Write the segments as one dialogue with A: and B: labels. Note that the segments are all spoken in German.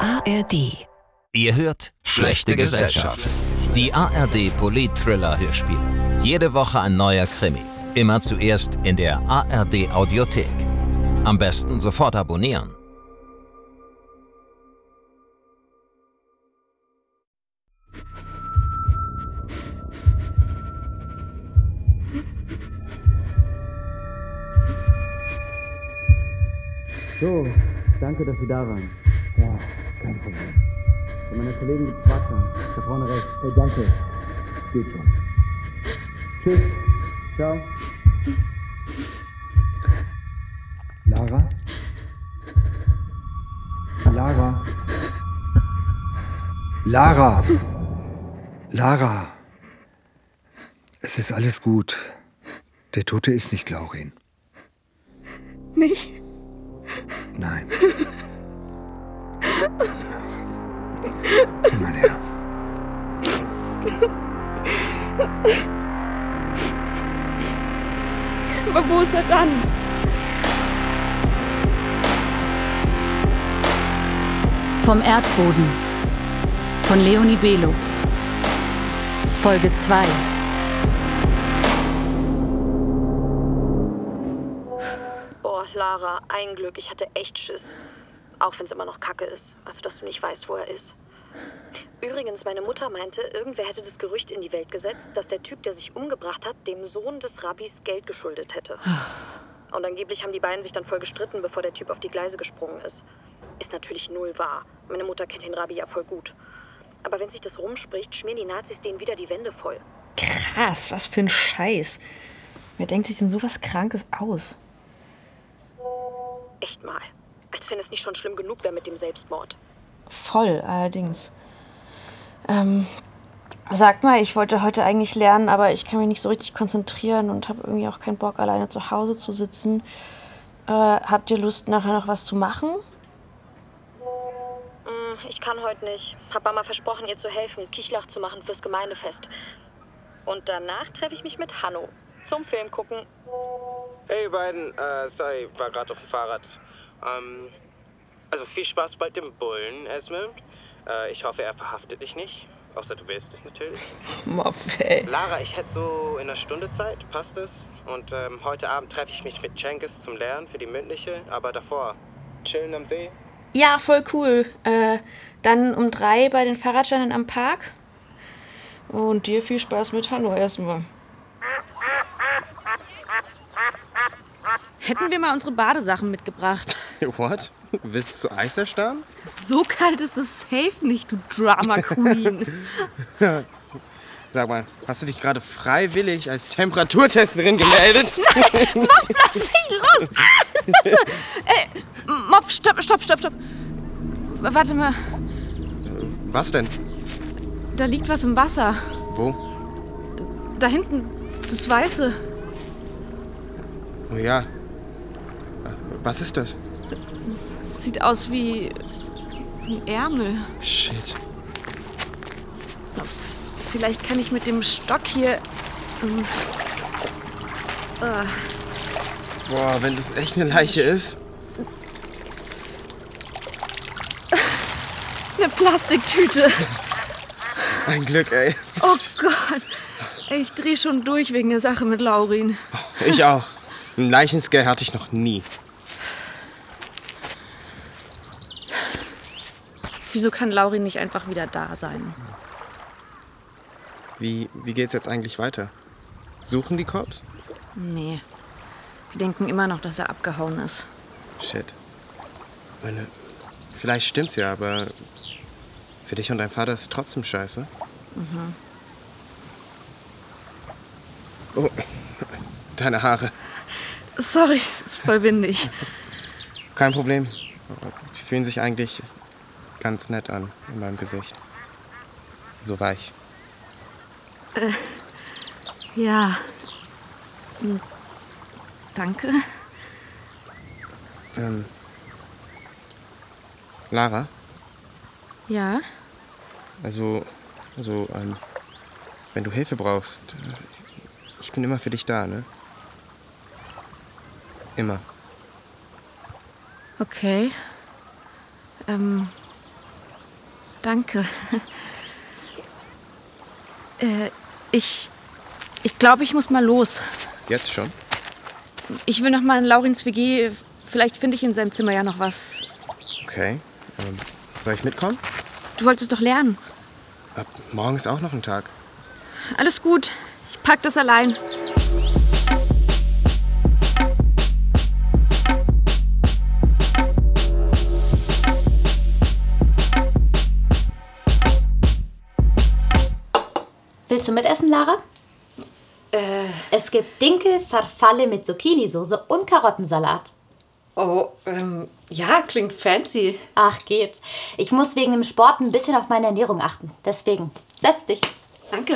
A: ARD.
B: Ihr hört Schlechte Gesellschaft. Die ARD Polit-Thriller Hörspiel. Jede Woche ein neuer Krimi. Immer zuerst in der ARD Audiothek. Am besten sofort abonnieren.
C: So, danke, dass Sie da waren.
D: Ja, kein Problem.
C: Von meiner Kollegen gibt's Wasser. Da vorne rechts.
D: Hey, danke. Geht schon.
C: Tschüss. Ciao.
D: Lara? Lara? Lara! Lara! Es ist alles gut. Der Tote ist nicht Laurin.
E: Nicht?
D: Nein. Komm mal her.
E: Aber wo ist er dann?
A: Vom Erdboden. Von Leonie Belo. Folge 2.
F: Boah, Lara, ein Glück. Ich hatte echt Schiss. Auch wenn es immer noch Kacke ist. Also, dass du nicht weißt, wo er ist. Übrigens, meine Mutter meinte, irgendwer hätte das Gerücht in die Welt gesetzt, dass der Typ, der sich umgebracht hat, dem Sohn des Rabbis Geld geschuldet hätte. Und angeblich haben die beiden sich dann voll gestritten, bevor der Typ auf die Gleise gesprungen ist. Ist natürlich null wahr. Meine Mutter kennt den Rabbi ja voll gut. Aber wenn sich das rumspricht, schmieren die Nazis denen wieder die Wände voll.
E: Krass, was für ein Scheiß. Wer denkt sich denn sowas Krankes aus?
F: Echt mal. Als wenn es nicht schon schlimm genug wäre mit dem Selbstmord.
E: Voll, allerdings. Ähm, sag mal, ich wollte heute eigentlich lernen, aber ich kann mich nicht so richtig konzentrieren und habe irgendwie auch keinen Bock, alleine zu Hause zu sitzen. Äh, habt ihr Lust, nachher noch was zu machen?
F: Mm, Ich kann heute nicht. Hab Mama versprochen, ihr zu helfen, Kichlach zu machen fürs Gemeindefest. Und danach treffe ich mich mit Hanno zum Film gucken.
G: Hey ihr beiden, äh, sorry, war gerade auf dem Fahrrad. Ähm, also viel Spaß bei dem Bullen, Esme. Äh, ich hoffe, er verhaftet dich nicht. Außer du willst es natürlich.
E: Mob, ey.
G: Lara, ich hätte so in einer Stunde Zeit, passt es? Und ähm, heute Abend treffe ich mich mit Cengiz zum Lernen für die mündliche, aber davor chillen am See.
E: Ja, voll cool. Äh, dann um drei bei den Fahrradscheinen am Park. Und dir viel Spaß mit Hallo erstmal.
H: Hätten wir mal unsere Badesachen mitgebracht.
I: What? Willst du Eis erstarren?
H: So kalt ist es safe nicht, du Drama Queen.
I: Sag mal, hast du dich gerade freiwillig als Temperaturtesterin gemeldet?
H: Lass mich los! Ey, Mopf, stopp, stopp, stopp, stopp. W- Warte mal,
I: Was denn?
H: da liegt was im Wasser.
I: Wo?
H: Da hinten, das Weiße.
I: Oh ja. Was ist das?
H: Das sieht aus wie ein Ärmel.
I: Shit.
H: Vielleicht kann ich mit dem Stock hier.
I: Boah, wenn das echt eine Leiche ist.
H: Eine Plastiktüte.
I: Ein Glück, ey.
H: Oh Gott. Ich dreh schon durch wegen der Sache mit Laurin.
I: Ich auch. Einen Leichenscare hatte ich noch nie.
H: Wieso kann Laurin nicht einfach wieder da sein?
I: Wie, wie geht's jetzt eigentlich weiter? Suchen die Cops?
H: Nee. Die denken immer noch, dass er abgehauen ist.
I: Shit. Meine, vielleicht stimmt's ja, aber für dich und dein Vater ist es trotzdem scheiße. Oh, deine Haare.
H: Sorry, es ist voll windig.
I: Kein Problem. Die fühlen sich eigentlich ganz nett an in meinem Gesicht. So weich.
H: Äh, Ja. Hm. Danke.
I: Ähm, Lara,
H: Ja.
I: also, also, ähm, wenn du Hilfe brauchst, äh, ich bin immer für dich da, ne? Immer.
H: Okay. Ähm, Danke. Äh, ich. Ich glaube, ich muss mal los.
I: Jetzt schon?
H: Ich will noch mal in Laurins WG. Vielleicht finde ich in seinem Zimmer ja noch was.
I: Okay. Ähm, soll ich mitkommen?
H: Du wolltest doch lernen.
I: Ab morgen ist auch noch ein Tag.
H: Alles gut. Ich pack das allein.
J: Willst du mitessen, Lara?
E: Äh,
J: Es gibt Dinkel, Farfalle mit Zucchini-Soße und Karottensalat.
E: oh, ähm, ja, klingt fancy.
J: Ach, geht. Ich muss wegen dem Sport ein bisschen auf meine Ernährung achten. Deswegen, setz dich.
E: Danke.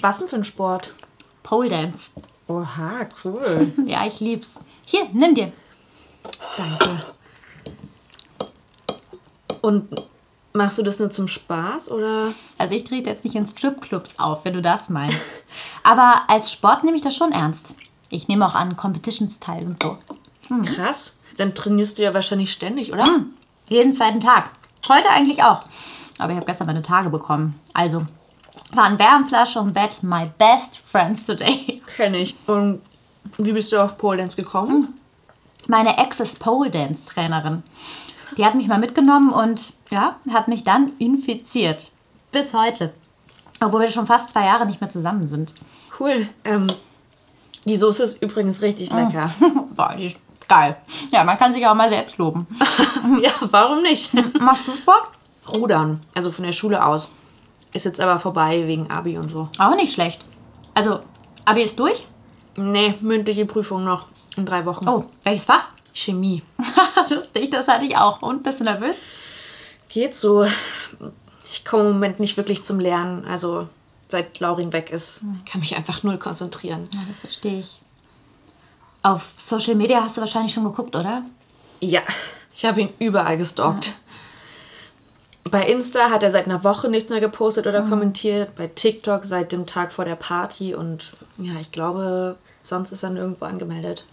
E: Was denn für ein Sport?
J: Pole Dance.
E: Oha, cool.
J: Ja, ich lieb's. Hier, nimm dir.
E: Danke. Und machst du das nur zum Spaß oder?
J: Also ich trete jetzt nicht in Stripclubs auf, wenn du das meinst. Aber als Sport nehme ich das schon ernst. Ich nehme auch an Competitions teil und so. Hm.
E: Krass. Dann trainierst du ja wahrscheinlich ständig, oder?
J: Jeden zweiten Tag. Heute eigentlich auch. Aber ich habe gestern meine Tage bekommen. Also, waren Wärmflasche und Bett my best friends today.
E: Kenn ich. Und wie bist du auf Pole Dance gekommen?
J: Meine Ex ist Pole Dance Trainerin. Die hat mich mal mitgenommen und ja, hat mich dann infiziert. Bis heute. Obwohl wir schon fast zwei Jahre nicht mehr zusammen sind.
E: Cool. Ähm, die Soße ist übrigens richtig
J: Hm.
E: lecker.
J: Boah, die ist geil. Ja, man kann sich auch mal selbst loben. Hm.
E: ja, warum nicht?
J: Machst du Sport?
E: Rudern, also von der Schule aus. Ist jetzt aber vorbei wegen Abi und so.
J: Auch nicht schlecht. Also, Abi ist durch?
E: Nee, mündliche Prüfung noch in drei Wochen.
J: Oh, welches Fach?
E: Chemie.
J: Lustig, das hatte ich auch. Und bist du nervös?
E: Geht so. Ich komme im Moment nicht wirklich zum Lernen. Also seit Laurin weg ist,
H: Hm.
E: kann mich einfach null konzentrieren.
J: Ja, das verstehe ich. Auf Social Media hast du wahrscheinlich schon geguckt, oder?
E: Ja, ich habe ihn überall gestalkt. Bei Insta hat er seit einer Woche nichts mehr gepostet
H: Hm.
E: oder kommentiert. Bei TikTok seit dem Tag vor der Party. Und ja, ich glaube, sonst ist er nirgendwo angemeldet.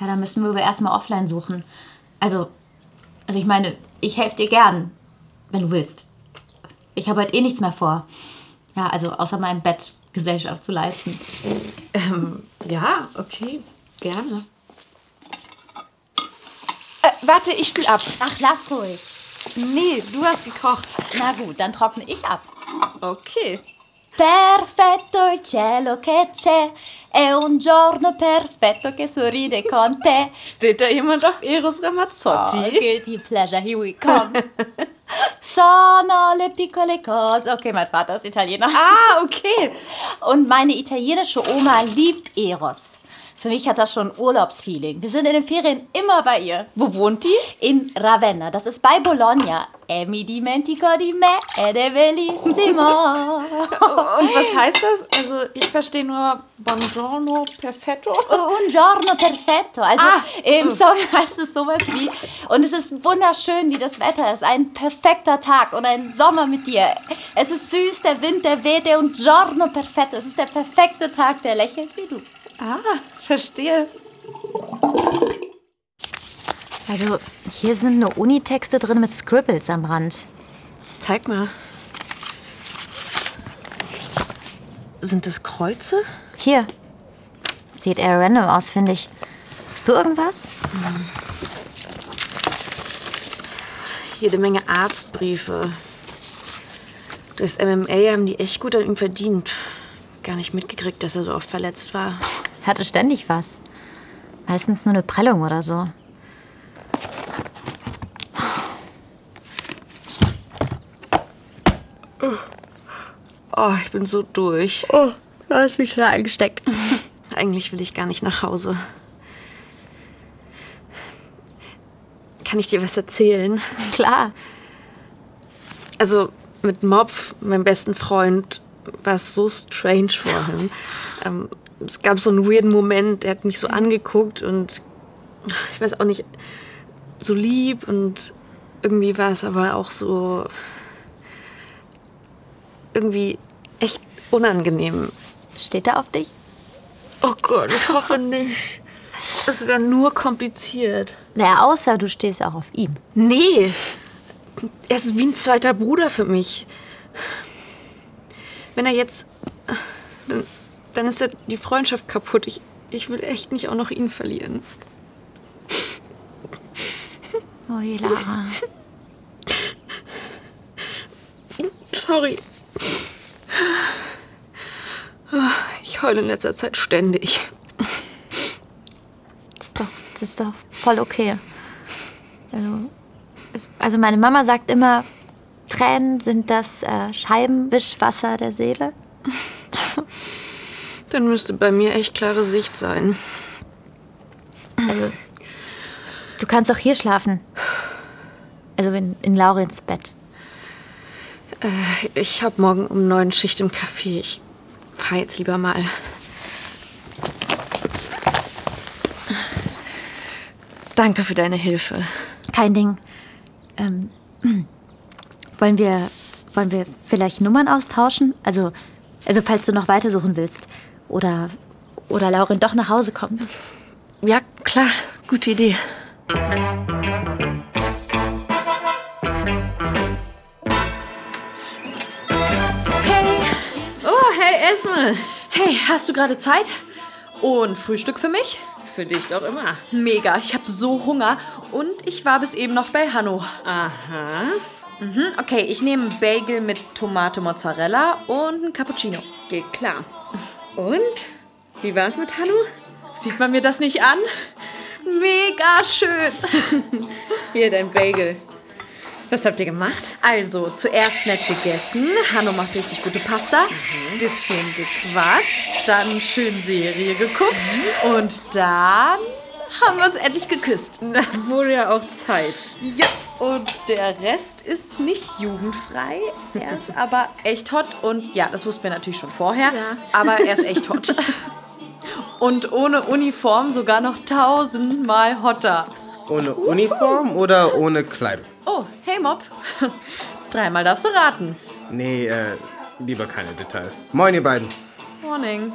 J: Ja, da müssen wir erstmal offline suchen. Also, also ich meine, ich helfe dir gern, wenn du willst. Ich habe heute eh nichts mehr vor. Ja, also außer meinem Bett Gesellschaft zu leisten.
E: Ja, okay. Gerne.
H: Äh, warte, ich spiel ab.
J: Ach, lass ruhig.
H: Nee, du hast gekocht.
J: Na gut, dann trockne ich ab.
H: Okay.
J: Perfetto il cielo che c'è, è un giorno perfetto che sorride con te.
H: Steht da jemand auf Eros Ramazzotti?
E: Ah,
J: Oh, guilty pleasure, here we come. Sono le piccole cose. Okay, mein Vater ist Italiener.
H: Ah, okay.
J: Und meine italienische Oma liebt Eros. Für mich hat das schon Urlaubsfeeling. Wir sind in den Ferien immer bei ihr.
H: Wo wohnt die?
J: In Ravenna, das ist bei Bologna. E mi dimentico di me ed è bellissimo.
H: Und was heißt das? Also, ich verstehe nur Buongiorno Perfetto.
J: Un giorno perfetto. Also im Song heißt es sowas wie, und es ist wunderschön, wie das Wetter ist. Ein perfekter Tag und ein Sommer mit dir. Es ist süß, der Wind, der weht, der un giorno perfetto. Es ist der perfekte Tag, der lächelt wie du.
H: Ah, verstehe.
J: Also hier sind nur Unitexte drin mit Scribbles am Rand.
E: Zeig mal. Sind das Kreuze?
J: Hier. Sieht eher random aus, finde ich. Hast du irgendwas?
E: Jede Menge Arztbriefe. Durchs MMA haben die echt gut an ihm verdient. Gar nicht mitgekriegt, dass er so oft verletzt war.
J: Hatte ständig was. Meistens nur eine Prellung oder so.
E: Oh, ich bin so durch.
H: Oh, du hast mich schon eingesteckt.
E: Eigentlich will ich gar nicht nach Hause. Kann ich dir was erzählen?
J: Klar.
E: Also mit Mopf, meinem besten Freund, war es so strange vorhin. ähm, es gab so einen weirden Moment, er hat mich so angeguckt und ich weiß auch nicht, so lieb und irgendwie war es aber auch so irgendwie echt unangenehm.
J: Steht da auf dich?
E: Oh Gott, ich hoffe nicht. Das wäre nur kompliziert.
J: Naja, außer du stehst auch auf ihn.
E: Nee. Er ist wie ein zweiter Bruder für mich. Wenn er jetzt. Dann, dann ist er die Freundschaft kaputt. Ich, ich will echt nicht auch noch ihn verlieren.
J: Oh, Lara.
E: Sorry. Ich heule in letzter Zeit ständig.
J: Das ist doch, das ist doch voll okay. Also, es- also meine Mama sagt immer, Tränen sind das äh, Scheibenwischwasser der Seele.
E: Dann müsste bei mir echt klare Sicht sein.
J: Also, du kannst auch hier schlafen. Also in, in Laurens Bett.
E: Ich habe morgen um neun Schicht im Café. Ich fahr jetzt lieber mal. Danke für deine Hilfe.
J: Kein Ding. Ähm, wollen wir, wollen wir vielleicht Nummern austauschen? Also, also falls du noch weitersuchen willst. Oder, oder Laurin doch nach Hause kommt.
E: Ja, klar, gute Idee.
H: Oh, hey Esme. Hey, hast du gerade Zeit? Und Frühstück für mich? Für dich doch immer.
K: Mega, ich habe so Hunger und ich war bis eben noch bei Hanno. Aha. Mhm, okay, ich nehme einen Bagel mit Tomate Mozzarella und einen Cappuccino. Geht klar. Und? Wie war es mit Hanno? Sieht man mir das nicht an? Mega schön.
H: Hier dein Bagel. Was habt ihr gemacht?
K: Also, zuerst nett gegessen. Hanno macht richtig gute Pasta. Bisschen gequatscht, dann schön Serie geguckt. Und dann haben wir uns endlich geküsst. wurde ja auch Zeit. Ja, und der Rest ist nicht jugendfrei. Er ist aber echt hot. Und ja, das wussten wir natürlich schon vorher. Aber er ist echt hot. Und ohne Uniform sogar noch tausendmal hotter.
I: Ohne Uniform oder ohne Kleidung?
K: Oh, hey Mob. Dreimal darfst du raten.
I: Nee, äh, lieber keine Details. Moin, ihr beiden.
K: Morning.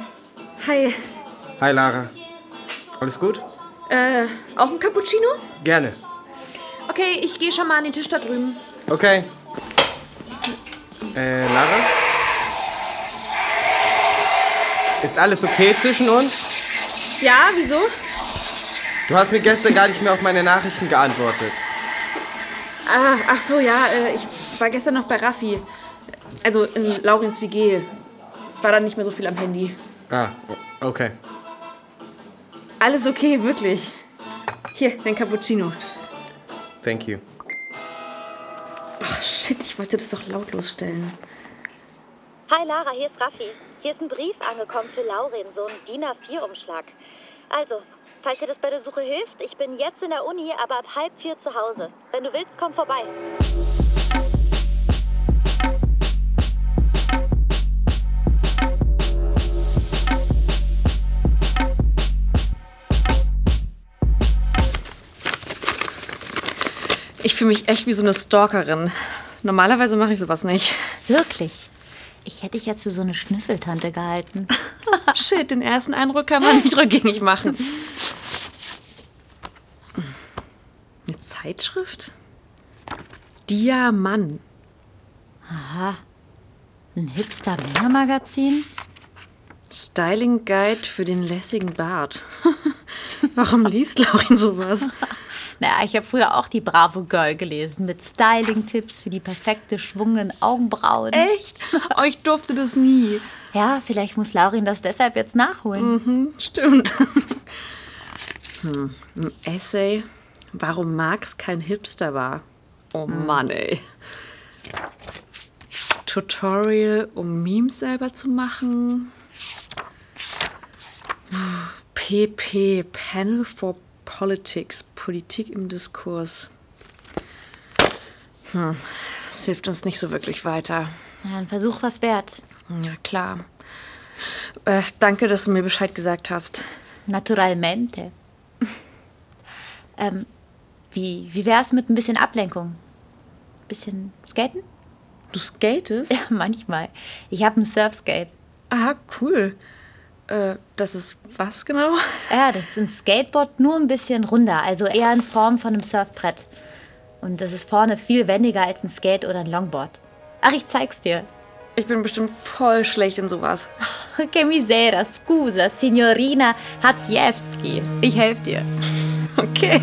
E: Hi.
I: Hi, Lara. Alles gut?
E: Äh, auch ein Cappuccino?
I: Gerne.
E: Okay, ich gehe schon mal an den Tisch da drüben.
I: Okay. Äh, Lara? Ist alles okay zwischen uns?
H: Ja, wieso?
I: Du hast mir gestern gar nicht mehr auf meine Nachrichten geantwortet.
E: Ah, ach so, ja, äh, ich war gestern noch bei Raffi. Also in Laurins WG. War dann nicht mehr so viel am Handy.
I: Ah, okay.
E: Alles okay, wirklich. Hier, dein Cappuccino.
I: Thank you.
E: Oh, shit, ich wollte das doch lautlos stellen.
F: Hi Lara, hier ist Raffi. Hier ist ein Brief angekommen für Laurin, so ein DIN A4-Umschlag. Also, falls dir das bei der Suche hilft, ich bin jetzt in der Uni, aber ab halb vier zu Hause. Wenn du willst, komm vorbei.
E: Ich fühle mich echt wie so eine Stalkerin. Normalerweise mache ich sowas nicht.
J: Wirklich? Ich hätte dich jetzt für so eine Schnüffeltante gehalten.
E: Shit, den ersten Eindruck kann man nicht rückgängig machen. Eine Zeitschrift? Diamant.
J: Aha. Ein hipster Männermagazin?
E: Styling Guide für den lässigen Bart. Warum liest Laurin sowas?
J: Naja, ich habe früher auch die Bravo Girl gelesen mit Styling-Tipps für die perfekte schwungenen Augenbrauen.
E: Echt? Oh, ich durfte das nie.
J: Ja, vielleicht muss Laurin das deshalb jetzt nachholen.
E: Mhm, stimmt. Hm, ein Essay, warum Marx kein Hipster war. Oh Mann, ey. Tutorial, um Memes selber zu machen. Puh, PP, Panel for Politics, Politik im Diskurs. Hm, das hilft uns nicht so wirklich weiter.
J: Ja, ein Versuch was wert.
E: Ja, klar. Äh, danke, dass du mir Bescheid gesagt hast.
J: Naturalmente. ähm, wie wie wäre es mit ein bisschen Ablenkung? Bisschen skaten?
E: Du skatest?
J: Ja, manchmal. Ich habe ein Surfskate.
E: Aha, cool. Äh, das ist was genau?
L: Ja, das ist ein Skateboard nur ein bisschen runder, also eher in Form von einem Surfbrett. Und das ist vorne viel wendiger als ein Skate oder ein Longboard. Ach, ich zeig's dir.
E: Ich bin bestimmt voll schlecht in sowas.
L: Che misera, scusa, signorina Hatziewski. Ich helfe dir.
E: Okay.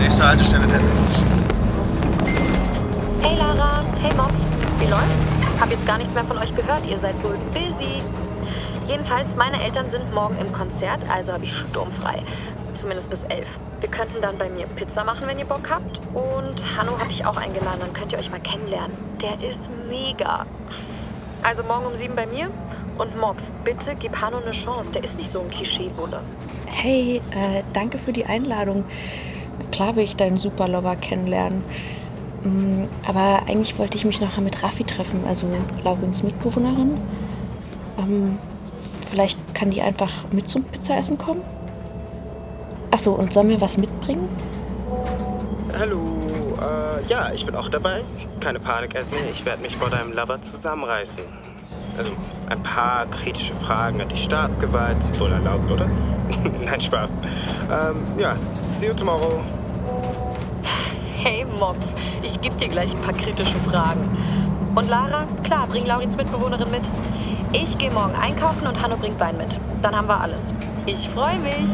M: Nächste Haltestelle, Tettbus.
F: Hey Lara, hey Mopf, wie läuft's? Hab jetzt gar nichts mehr von euch gehört, ihr seid wohl busy. Jedenfalls, meine Eltern sind morgen im Konzert, also habe ich sturmfrei. Zumindest bis 11. Wir könnten dann bei mir Pizza machen, wenn ihr Bock habt. Und Hanno habe ich auch eingeladen, dann könnt ihr euch mal kennenlernen. Der ist mega. Also morgen um 7 bei mir. Und Mopf, bitte gib Hanno eine Chance. Der ist nicht so ein Klischee-Bulle.
E: Hey, äh, danke für die Einladung. Klar will ich deinen Superlover kennenlernen. Mm, Aber eigentlich wollte ich mich nachher mit Raffi treffen, also Laurins Mitbewohnerin. Ähm, vielleicht kann die einfach mit zum Pizzaessen kommen? Achso, und soll mir was mitbringen?
I: Hallo, äh, ja, ich bin auch dabei. Keine Panik, Esme, ich werde mich vor deinem Lover zusammenreißen. Also, ein paar kritische Fragen an die Staatsgewalt sind wohl erlaubt, oder? Nein, Spaß. Ähm, ja, see you tomorrow.
F: Hey Mopf, ich geb dir gleich ein paar kritische Fragen. Und Lara, klar, bring Laurins Mitbewohnerin mit. Ich gehe morgen einkaufen und Hanno bringt Wein mit. Dann haben wir alles. Ich freue mich.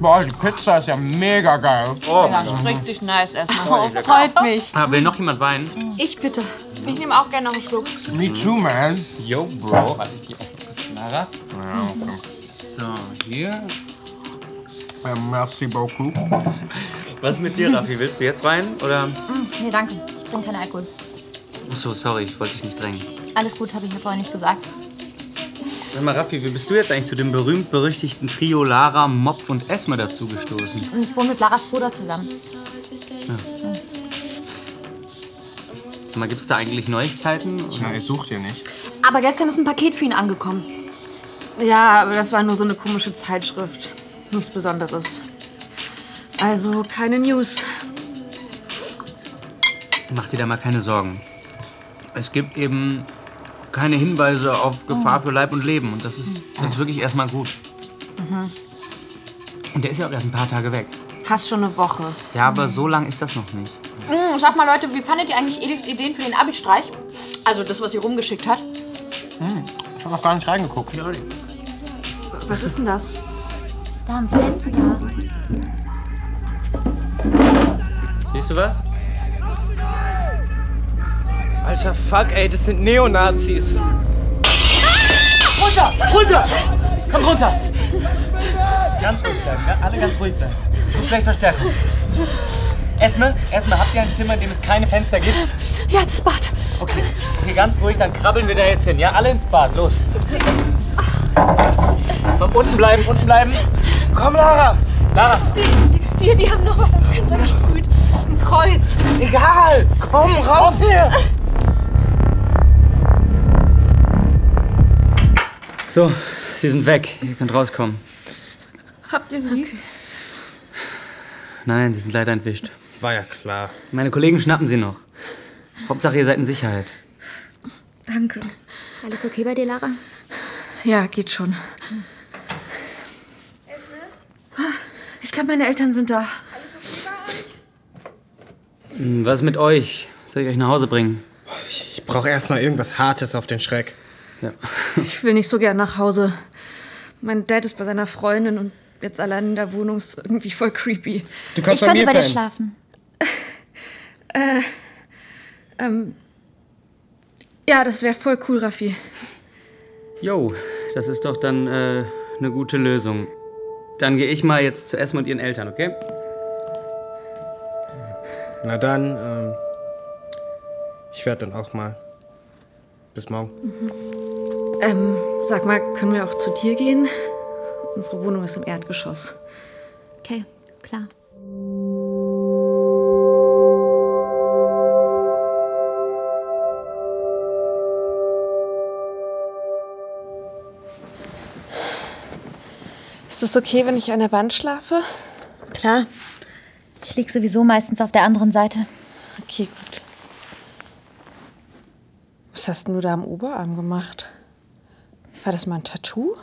N: Boah, die Pizza ist ja mega geil.
J: Oh,
O: ja, ist richtig nice erstmal.
N: Oh, freut
O: mich.
J: Ah, will noch jemand weinen?
O: Ich bitte. Ich nehme auch gerne noch einen Schluck.
N: Me too, man.
J: Yo, Bro. Warte, ich geh auf die Knarre.
N: Ja, okay.
J: So, hier.
N: Äh, merci beaucoup.
J: Was ist mit dir, Raffi? Willst du jetzt weinen? Oder?
L: Mm, nee, danke. Ich trinke keinen Alkohol.
J: Achso, sorry, ich wollte dich nicht drängen.
L: Alles gut, habe ich mir vorher nicht gesagt.
J: Sag mal, Raffi, wie bist du jetzt eigentlich zu dem berühmt-berüchtigten Trio Lara, Mopf und Esme dazugestoßen?
L: Und ich wohne mit Laras Bruder zusammen.
J: Sag mal, gibt's da eigentlich Neuigkeiten? Na,
N: ich such dir nicht.
P: Aber gestern ist ein Paket für ihn angekommen. Ja, aber das war nur so eine komische Zeitschrift. Nichts Besonderes. Also keine News.
J: Mach dir da mal keine Sorgen. Es gibt eben keine Hinweise auf Gefahr für Leib und Leben. Und das ist, das ist wirklich erstmal gut.
P: Mhm.
J: Und der ist ja auch erst ein paar Tage weg.
P: Fast schon eine Woche.
J: Ja, aber so lang ist das noch nicht.
Q: Mm, Sag mal, Leute, wie fandet ihr eigentlich Elifs Ideen für den Abi-Streich? Also das, was sie rumgeschickt hat.
N: Hm, ich habe noch gar nicht reingeguckt.
P: Was ist denn das?
L: Da am Fenster.
J: Siehst du was?
I: Alter, fuck, ey, das sind Neonazis.
J: Runter! Runter! Komm runter! Ganz ruhig bleiben, ja? alle ganz ruhig bleiben. Ich hol gleich Verstärkung. Esme, Esme, habt ihr ein Zimmer, in dem es keine Fenster gibt?
O: Ja, das Bad.
J: Okay, okay, ganz ruhig, dann krabbeln wir da jetzt hin, ja? Alle ins Bad, los. Komm, unten bleiben, unten bleiben.
I: Komm, Lara!
J: Lara!
O: Die, die, die, die haben noch was ans Fenster gesprüht. Ein Kreuz.
I: Egal! Komm, raus hier!
J: So, sie sind weg. Ihr könnt rauskommen.
E: Habt ihr sie?
J: Nein, sie sind leider entwischt.
M: War ja klar.
J: Meine Kollegen schnappen sie noch. Hauptsache, ihr seid in Sicherheit.
E: Danke.
L: Alles okay bei dir, Lara?
E: Ja, geht schon. Ich glaube, meine Eltern sind da.
J: Hm, Was ist mit euch? Soll ich euch nach Hause bringen?
M: Ich brauche erstmal irgendwas Hartes auf den Schreck.
J: Ja.
E: Ich will nicht so gern nach Hause. Mein Dad ist bei seiner Freundin und jetzt allein in der Wohnung ist irgendwie voll creepy.
M: Du kannst Ich bei könnte mir bei dir pennen.
L: schlafen.
E: Äh, ähm, ja, das wäre voll cool, Raffi.
J: Jo, das ist doch dann äh, eine gute Lösung. Dann gehe ich mal jetzt zu Esme und ihren Eltern, okay?
M: Na dann, ähm, ich werde dann auch mal. Bis morgen.
E: Ähm, sag mal, können wir auch zu dir gehen? Unsere Wohnung ist im Erdgeschoss.
L: Okay, klar.
E: Ist es okay, wenn ich an der Wand schlafe?
J: Klar. Ich lieg sowieso meistens auf der anderen Seite.
E: Okay, gut. Was hast denn du da am Oberarm gemacht? War das mal ein Tattoo?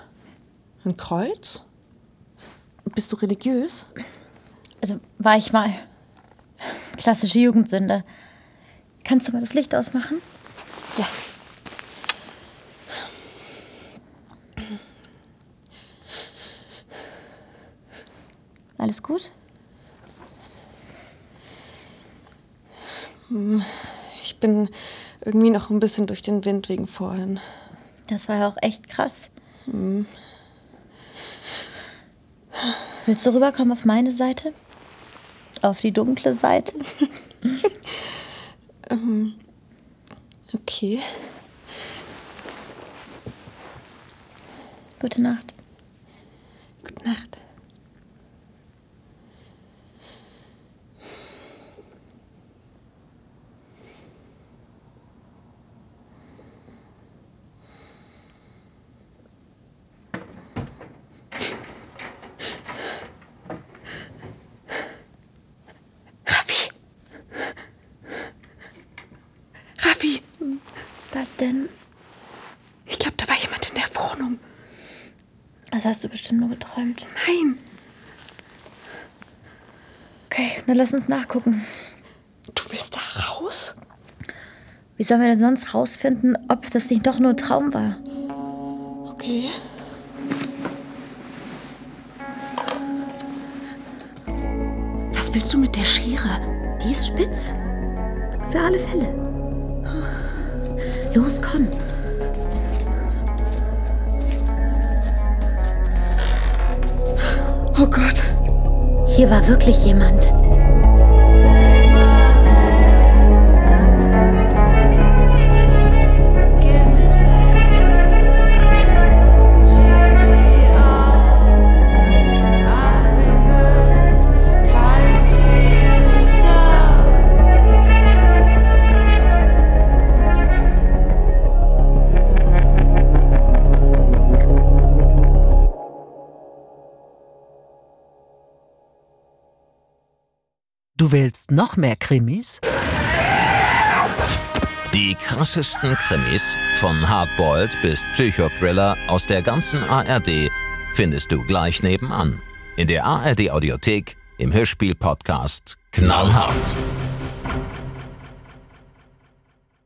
E: Ein Kreuz? Bist du religiös?
J: Also war ich mal. Klassische Jugendsünde. Kannst du mal das Licht ausmachen?
E: Ja.
J: Alles gut?
E: Hm, Ich bin irgendwie noch ein bisschen durch den Wind wegen vorhin.
J: Das war ja auch echt krass.
E: Hm.
J: Willst du rüberkommen auf meine Seite? Auf die dunkle Seite?
E: Ähm, okay.
J: Gute Nacht.
E: Gute Nacht.
J: Raffi! Raffi! Was denn?
R: Ich glaube, da war jemand in der Wohnung.
J: Das hast du bestimmt nur geträumt.
R: Nein.
J: Okay, dann lass uns nachgucken.
R: Du willst da raus?
J: Wie sollen wir denn sonst rausfinden, ob das nicht doch nur ein Traum war?
R: Okay. Was willst du mit der Schere?
J: Die ist spitz. Für alle Fälle. Los, komm.
R: Oh Gott.
J: Hier war wirklich jemand.
L: Du willst noch mehr Krimis?
B: Die krassesten Krimis von Hardboiled bis Psychothriller aus der ganzen ARD findest du gleich nebenan. In der ARD Audiothek im Hörspiel Podcast Knallhart.